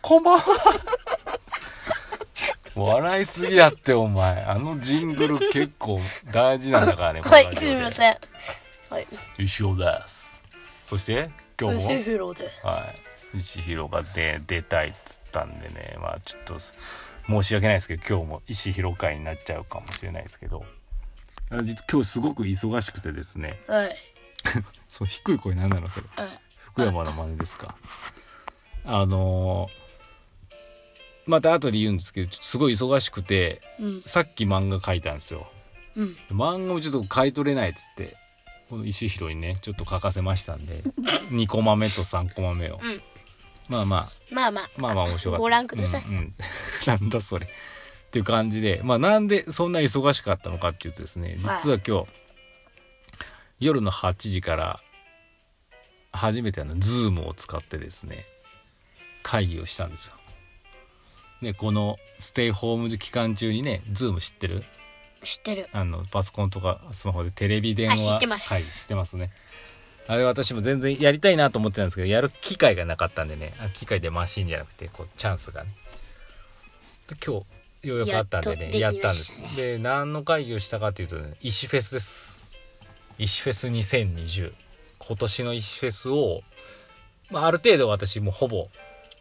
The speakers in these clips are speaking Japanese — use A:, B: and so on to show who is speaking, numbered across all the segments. A: こんばんは笑いすぎやってお前あのジングル結構大事なんだからね
B: はい、すみま
A: ん
B: せん。はい。
A: 石尾ですそして今日も
B: セフロで。
A: はい、石広が出出たいっつったんでねまあちょっと申し訳ないですけど今日も石広会になっちゃうかもしれないですけどあ実今日すごく忙しくてですね
B: はい。
A: そう低い声なんなのそれ
B: はい。
A: 福山の真似ですかあのーまた後で言うんですけどちょっとすごい忙しくて
B: うん。
A: さっき漫画描いたんですよ
B: うん。
A: 漫画をちょっと買い取れないっつってこの石広にねちょっと書かせましたんで2コマ目と3コマ目を、
B: ん
A: まあまあ
B: まあまあ。
A: まあまあ面白かった。
B: ご覧ください
A: うんうん なんだそれ。っていう感じで、まあなんでそんな忙しかったのかっていうとですね、実は今日、夜の8時から、初めてあの、ズームを使ってですね、会議をしたんですよ。ね、このステイホーム期間中にね、ズーム知ってる
B: 知ってる。
A: あの、パソコンとかスマホでテレビ電話。
B: あ知ってます
A: はい、知ってますね。あれ私も全然やりたいなと思ってたんですけど、やる機会がなかったんでね。あ機会でマシンじゃなくて、こう、チャンスがね。で今日、ようやくあったんでね、や
B: やっ
A: っ
B: とでき
A: たん
B: ま
A: で
B: した
A: す
B: ね。
A: で、何の会議をしたかというとね、石フェスです。石フェス2020。今年の石フェスを、まあ、ある程度私もうほぼ、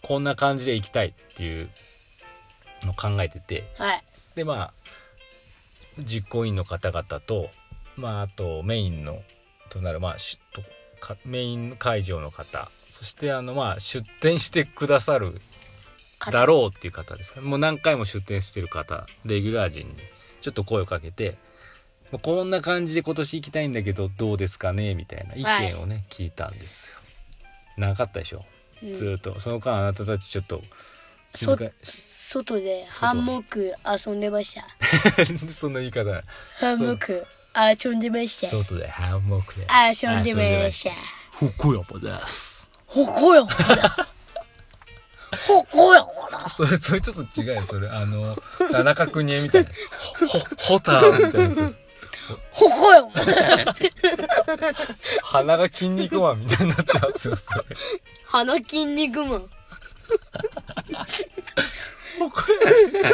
A: こんな感じで行きたいっていうのを考えてて、
B: はい。
A: でまあ実行委員の方々とまああとメインのとなるまあ出とかメイン会場の方そしてあのまあ出展してくださる
B: 方
A: だろうっていう方ですかねもう何回も出展してる方レギュラー陣にちょっと声をかけてもうこんな感じで今年行きたいんだけどどうですかねみたいな意見をね、聞いたんですよ長かったでしょ、
B: うん
A: ずーっとその間あなたたちちょっと静かに
B: 外でハンモック遊んでました。
A: そんな言い方ない
B: ハンモック遊んでました。
A: 外でハンモックで
B: 遊んでました。
A: ほこやまです
B: ほこよ。 ほこよ。
A: それそれちょっと違うよそれあ の田中邦衛みたいなほほほたみたいなやつ
B: ほこよ。
A: 鼻が筋肉マンみたいになってますよそれ
B: 鼻筋肉マン。
A: ほこや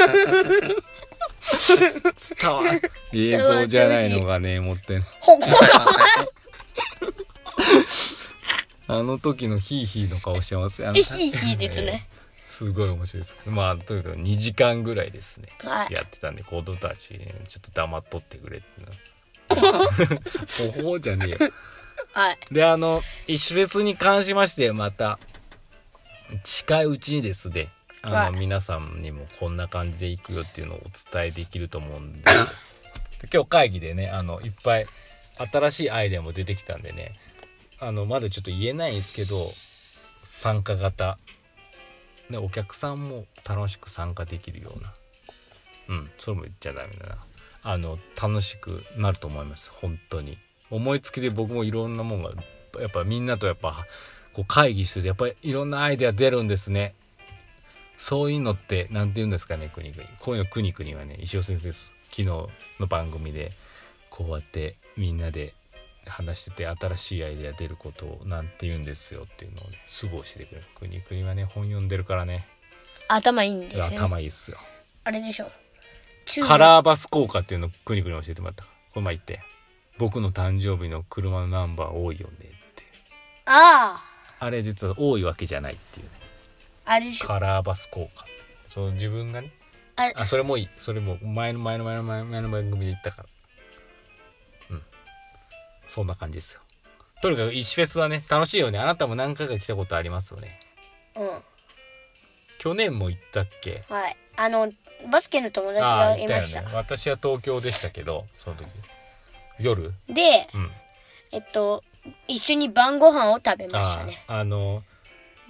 A: 伝わる映像じゃないのがね持ってん
B: ほこよ。
A: あの時のヒーヒーの顔してますよあの
B: ヒーヒーですね
A: すごい面白いですまあとにかく2時間ぐらいですね
B: はい。
A: やってたんで子供たちにちょっと黙っとってくれって なほほうじゃねえよ
B: はい。
A: であの石フェスに関しましてまた近いうちにですねあの、
B: はい
A: 皆さんにもこんな感じで行くよっていうのをお伝えできると思うんでで今日会議でねあのいっぱい新しいアイデアも出てきたんでねあのまだちょっと言えないんですけど参加型でお客さんも楽しく参加できるようなうんそれも言っちゃダメだなあの楽しくなると思います本当に思いつきで僕もいろんなもんがやっぱみんなとやっぱこう会議しててやっぱりいろんなアイデア出るんですねそういうのって何て言うんですかねくにくにこういうのくにくにはね石尾先生です昨日の番組でこうやってみんなで話してて新しいアイデア出ることをなんて言うんですよっていうのをねすぐ教えてくれるくにくにはね本読んでるからね
B: 頭いいんですよ、ね。
A: 頭いいっすよ
B: あれでしょ。中
A: カラーバス効果っていうのをくにくに教えてもらったこの前言って僕の誕生日の車のナンバー多いよねって
B: あ
A: あれ実は多いわけじゃないっていうね
B: あ、あれでしょ。
A: カラーバス効果その自分がね
B: あれ、
A: あそれもいいそれも前の前の前の前の前の番組で言ったからうんそんな感じですよとにかく石フェスはね楽しいよねあなたも何回か来たことありますよね
B: うん。
A: 去年も行ったっけ
B: はい。あの、バスケの友達
A: ああ
B: が
A: 行
B: い
A: った
B: ま
A: よ
B: した。
A: ね私は東京でしたけどその時夜
B: で、
A: うん
B: えっと、一緒に晩ご飯を食べました
A: あ
B: ね。
A: ああの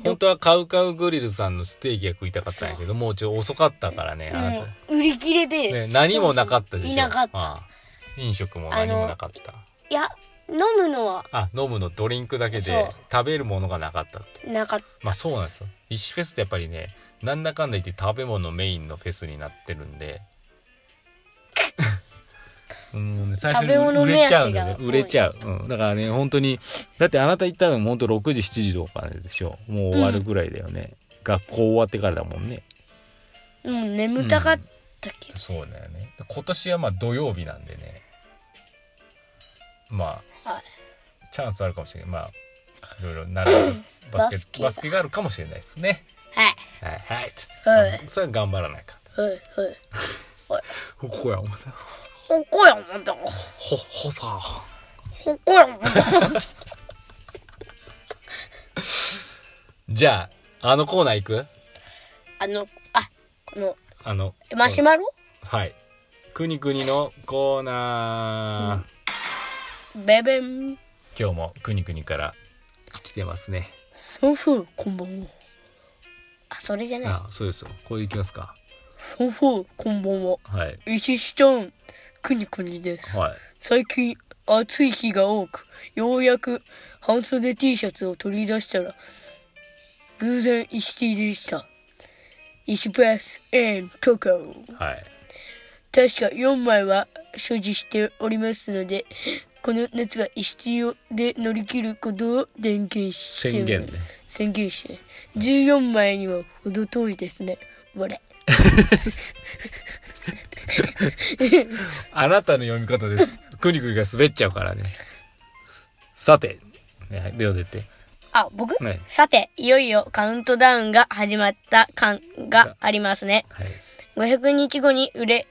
A: 本当はカウカウグリルさんのステーキが食いたかったんやけどもうちょっと遅かったからねあなた、
B: もう売り切れで、
A: ね、何もなかったでしょ
B: いなかった。
A: ああ飲食も何もなかった
B: いや、飲むのは
A: あ飲むのドリンクだけ
B: そう
A: で食べるものがなかったって
B: なかった。
A: まあそうなんですよ石フェスってやっぱりねなんだかんだ言って食べ物メインのフェスになってるんで うん、ね、最初に
B: 食べ物
A: 売
B: 目
A: れちゃう
B: 当て
A: んだ
B: が多い
A: よね売れちゃう、うん、だからね本当にだってあなた行ったのも本当6時7時とかでしょもう終わるぐらいだよね、学校終わってからだもんね
B: もう眠たかったけど、
A: そうだよねで今年はまあ土曜日なんでねま
B: はい
A: あチャンスあるかもしれないまあいろいろ習うバス
B: バス
A: ケ
B: ケ
A: バスケがあるかもしれないですね
B: はい
A: はいはいつって、
B: はい
A: それは頑張らないか
B: はいはい
A: ほこやお前
B: ほっこやもんだ
A: ほほさ
B: ほっこやもんだ
A: じゃああのコーナー行く
B: あのあこの
A: あの
B: マシュマロ、
A: はいくにくにのコーナー、
B: ベベン
A: 今日もくにくにから来てますね
B: 先生こんばんはあそれじゃない
A: あそうですよこれいきますか
B: 先生こんばんは
A: はい
B: 石ちゃんくにくにです
A: はい
B: 最近暑い日が多くようやく半袖 T シャツを取り出したら偶然石 T でした石プラス and トカを
A: はい
B: 確か4枚は所持しておりますのでこの夏は石 T をで乗り切ることを宣言して
A: 宣言ね
B: 宣言して14枚には程遠いですね我
A: あなたの読み方ですくにくにが滑っちゃうからねさてね両出て
B: あ僕、
A: はい
B: さていよいよカウントダウンが始まった感がありますね
A: はい
B: 500日後に売れ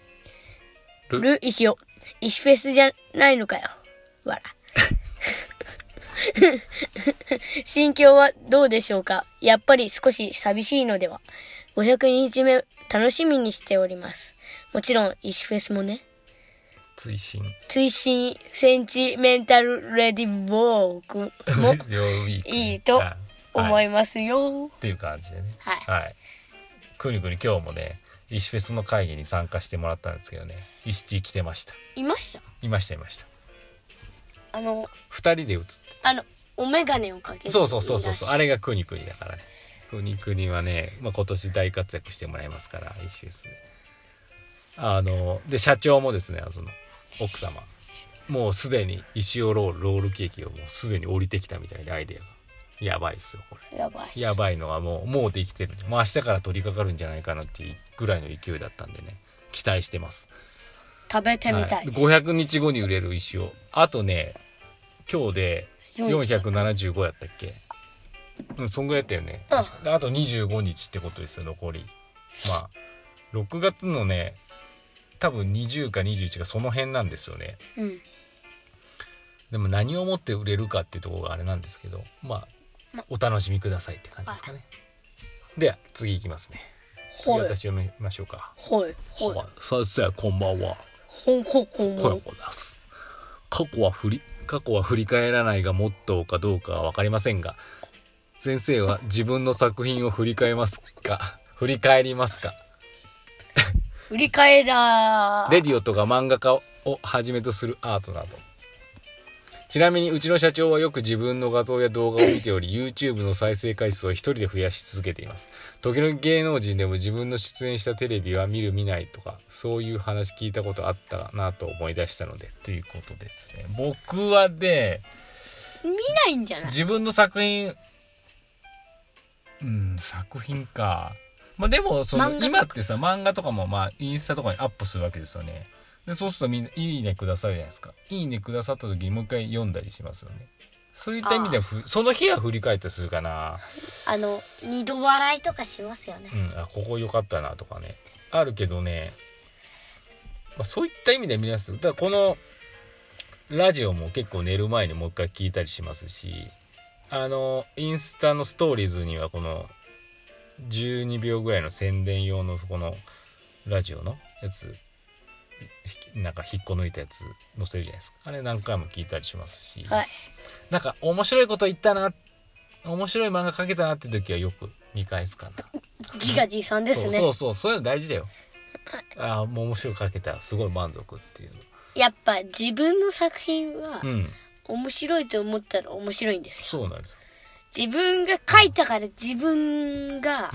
A: る
B: る石を石フェスじゃないのかよわら心境はどうでしょうかやっぱり少し寂しいのでは500日目楽しみにしておりますもちろん石フェスもね
A: 追伸
B: 追伸センチメンタルレディボーク も
A: 両ウィーク
B: いいと
A: あはい
B: 思いますよ
A: っていう感じでね
B: はい
A: はいくにくに今日もね石フェスの会議に参加してもらったんですけどね石 T 来てました
B: いました
A: いましたいました
B: あの
A: 二人で写って
B: あのお眼鏡をかけて
A: そうそうそうそうそうあ
B: れ
A: れがくにくにだからねくにくにはね、まあ、今年大活躍してもらいますから石フェスであので社長もですねその奥様もうすでに石尾ロールロールケーキをもうすでに降りてきたみたいでアイデアがやばいっすよこれ
B: やばいっす
A: やばいのはもうもうできてるもう明日から取り掛かるんじゃないかなっていうぐらいの勢いだったんでね期待してます
B: 食べてみた、
A: はいい、500日後に売れる石をあとね今日で
B: 400
A: 475やったっけうんそんぐらいだったよね、
B: う
A: であと25日ってことですよ残りまあ6月のね多分20か21がその辺なんですよね
B: うん
A: でも何をもって売れるかっていうところがあれなんですけどまあ
B: ま
A: お楽しみくださいって感じですかねでは次いきますね次
B: ほい
A: 私読みましょうか
B: ほいほい
A: はい先生こんばんは
B: ほんほこん
A: 声を出す過去は振り過去は振り返らないがモットーかどうかは分かりませんが先生は自分の作品を振り返りますか 振り返りますか
B: 振り返ら
A: レディオとか漫画家をはじめとするアートなどちなみにうちの社長はよく自分の画像や動画を見ており YouTube の再生回数を一人で増やし続けています時々芸能人でも自分の出演したテレビは見る見ないとかそういう話聞いたことあったなと思い出したのでということですね僕はね
B: 見ないんじゃない
A: 自分の作品うん作品かまあでもその
B: 漫画とか
A: 今ってさ漫画とかもまあインスタとかにアップするわけですよねでそうするとみんな「いいね」くださるじゃないですか「いいね」くださった時にもう一回読んだりしますよねそういった意味ではふその日は振り返ってするかな
B: あの二度笑いとかしますよね
A: うんあここ良かったなとかねあるけどね、まあ、そういった意味で見ますだからこのラジオも結構寝る前にもう一回聞いたりしますしあのインスタのストーリーズにはこの12秒ぐらいの宣伝用のこのラジオのやつひなんか引っこ抜いたやつ載せるじゃないですかあれ何回も聞いたりしますし、
B: はい
A: なんか面白いこと言ったな面白い漫画描けたなって時はよく見返すかな
B: 自画自賛ですね
A: そうそうそうそういうの大事だよああもう面白く書けたすごい満足っていう
B: やっぱ自分の作品は
A: のうん
B: 面白いと思ったら面白いんです
A: そうなんですよ
B: 自分が書いたから自分が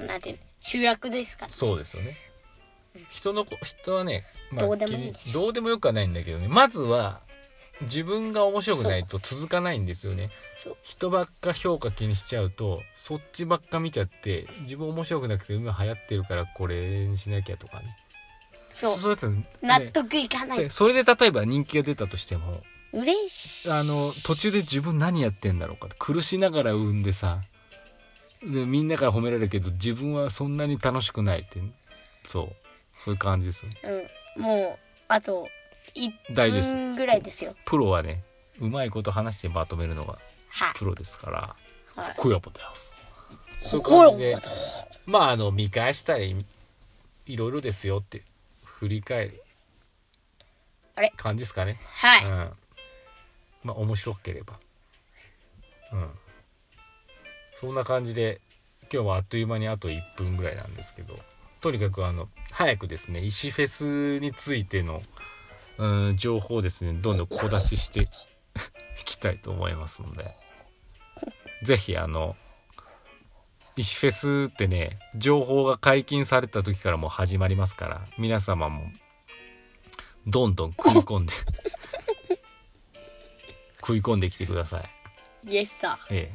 A: う、ん
B: なんていうの主役ですから
A: そうですよね人のこ人はね、
B: どうでもいいん
A: きどうでもよくはないんだけどねまずは自分が面白くないと続かないんですよね
B: そう
A: 人ばっか評価気にしちゃうとそっちばっか見ちゃって自分面白くなくて今流行ってるからこれにしなきゃとかね
B: そう
A: そういうやつ、ね、
B: 納得いかない
A: でそれで例えば人気が出たとしても
B: 嬉しい
A: あの途中で自分何やってんだろうかって苦しながら産んでさでみんなから褒められるけど自分はそんなに楽しくないってそうそういう感じですよね
B: うんもうあと
A: 大丈夫です
B: 1分ぐらいですよ
A: プロはねうまいこと話してまとめるのが
B: はい
A: プロですから
B: はい
A: 福山ですそういう感
B: 心
A: じ
B: を
A: でまああの見返したりいろいろですよって振り返る
B: あれ
A: 感じですかね
B: はい、
A: うん、まあ面白ければうんそんな感じで今日はあっという間にあと1分ぐらいなんですけどとにかくあの早くですね石フェスについての、うん、情報をですねどんどん小出しして いきたいと思いますので是非あの石フェスってね情報が解禁された時からもう始まりますから皆様もどんどん食い込んで食い込んできてください。
B: イエスさ
A: え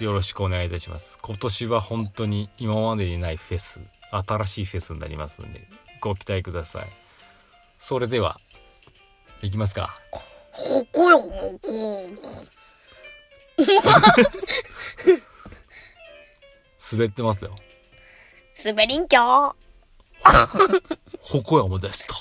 A: え、よろしくお願いいたします。今年は本当に今までにないフェス、新しいフェスになりますんで、ご期待ください。それでは、いきますか。
B: 心をこ
A: 滑ってますよ。
B: う滑りんきょ
A: ほこやもでした。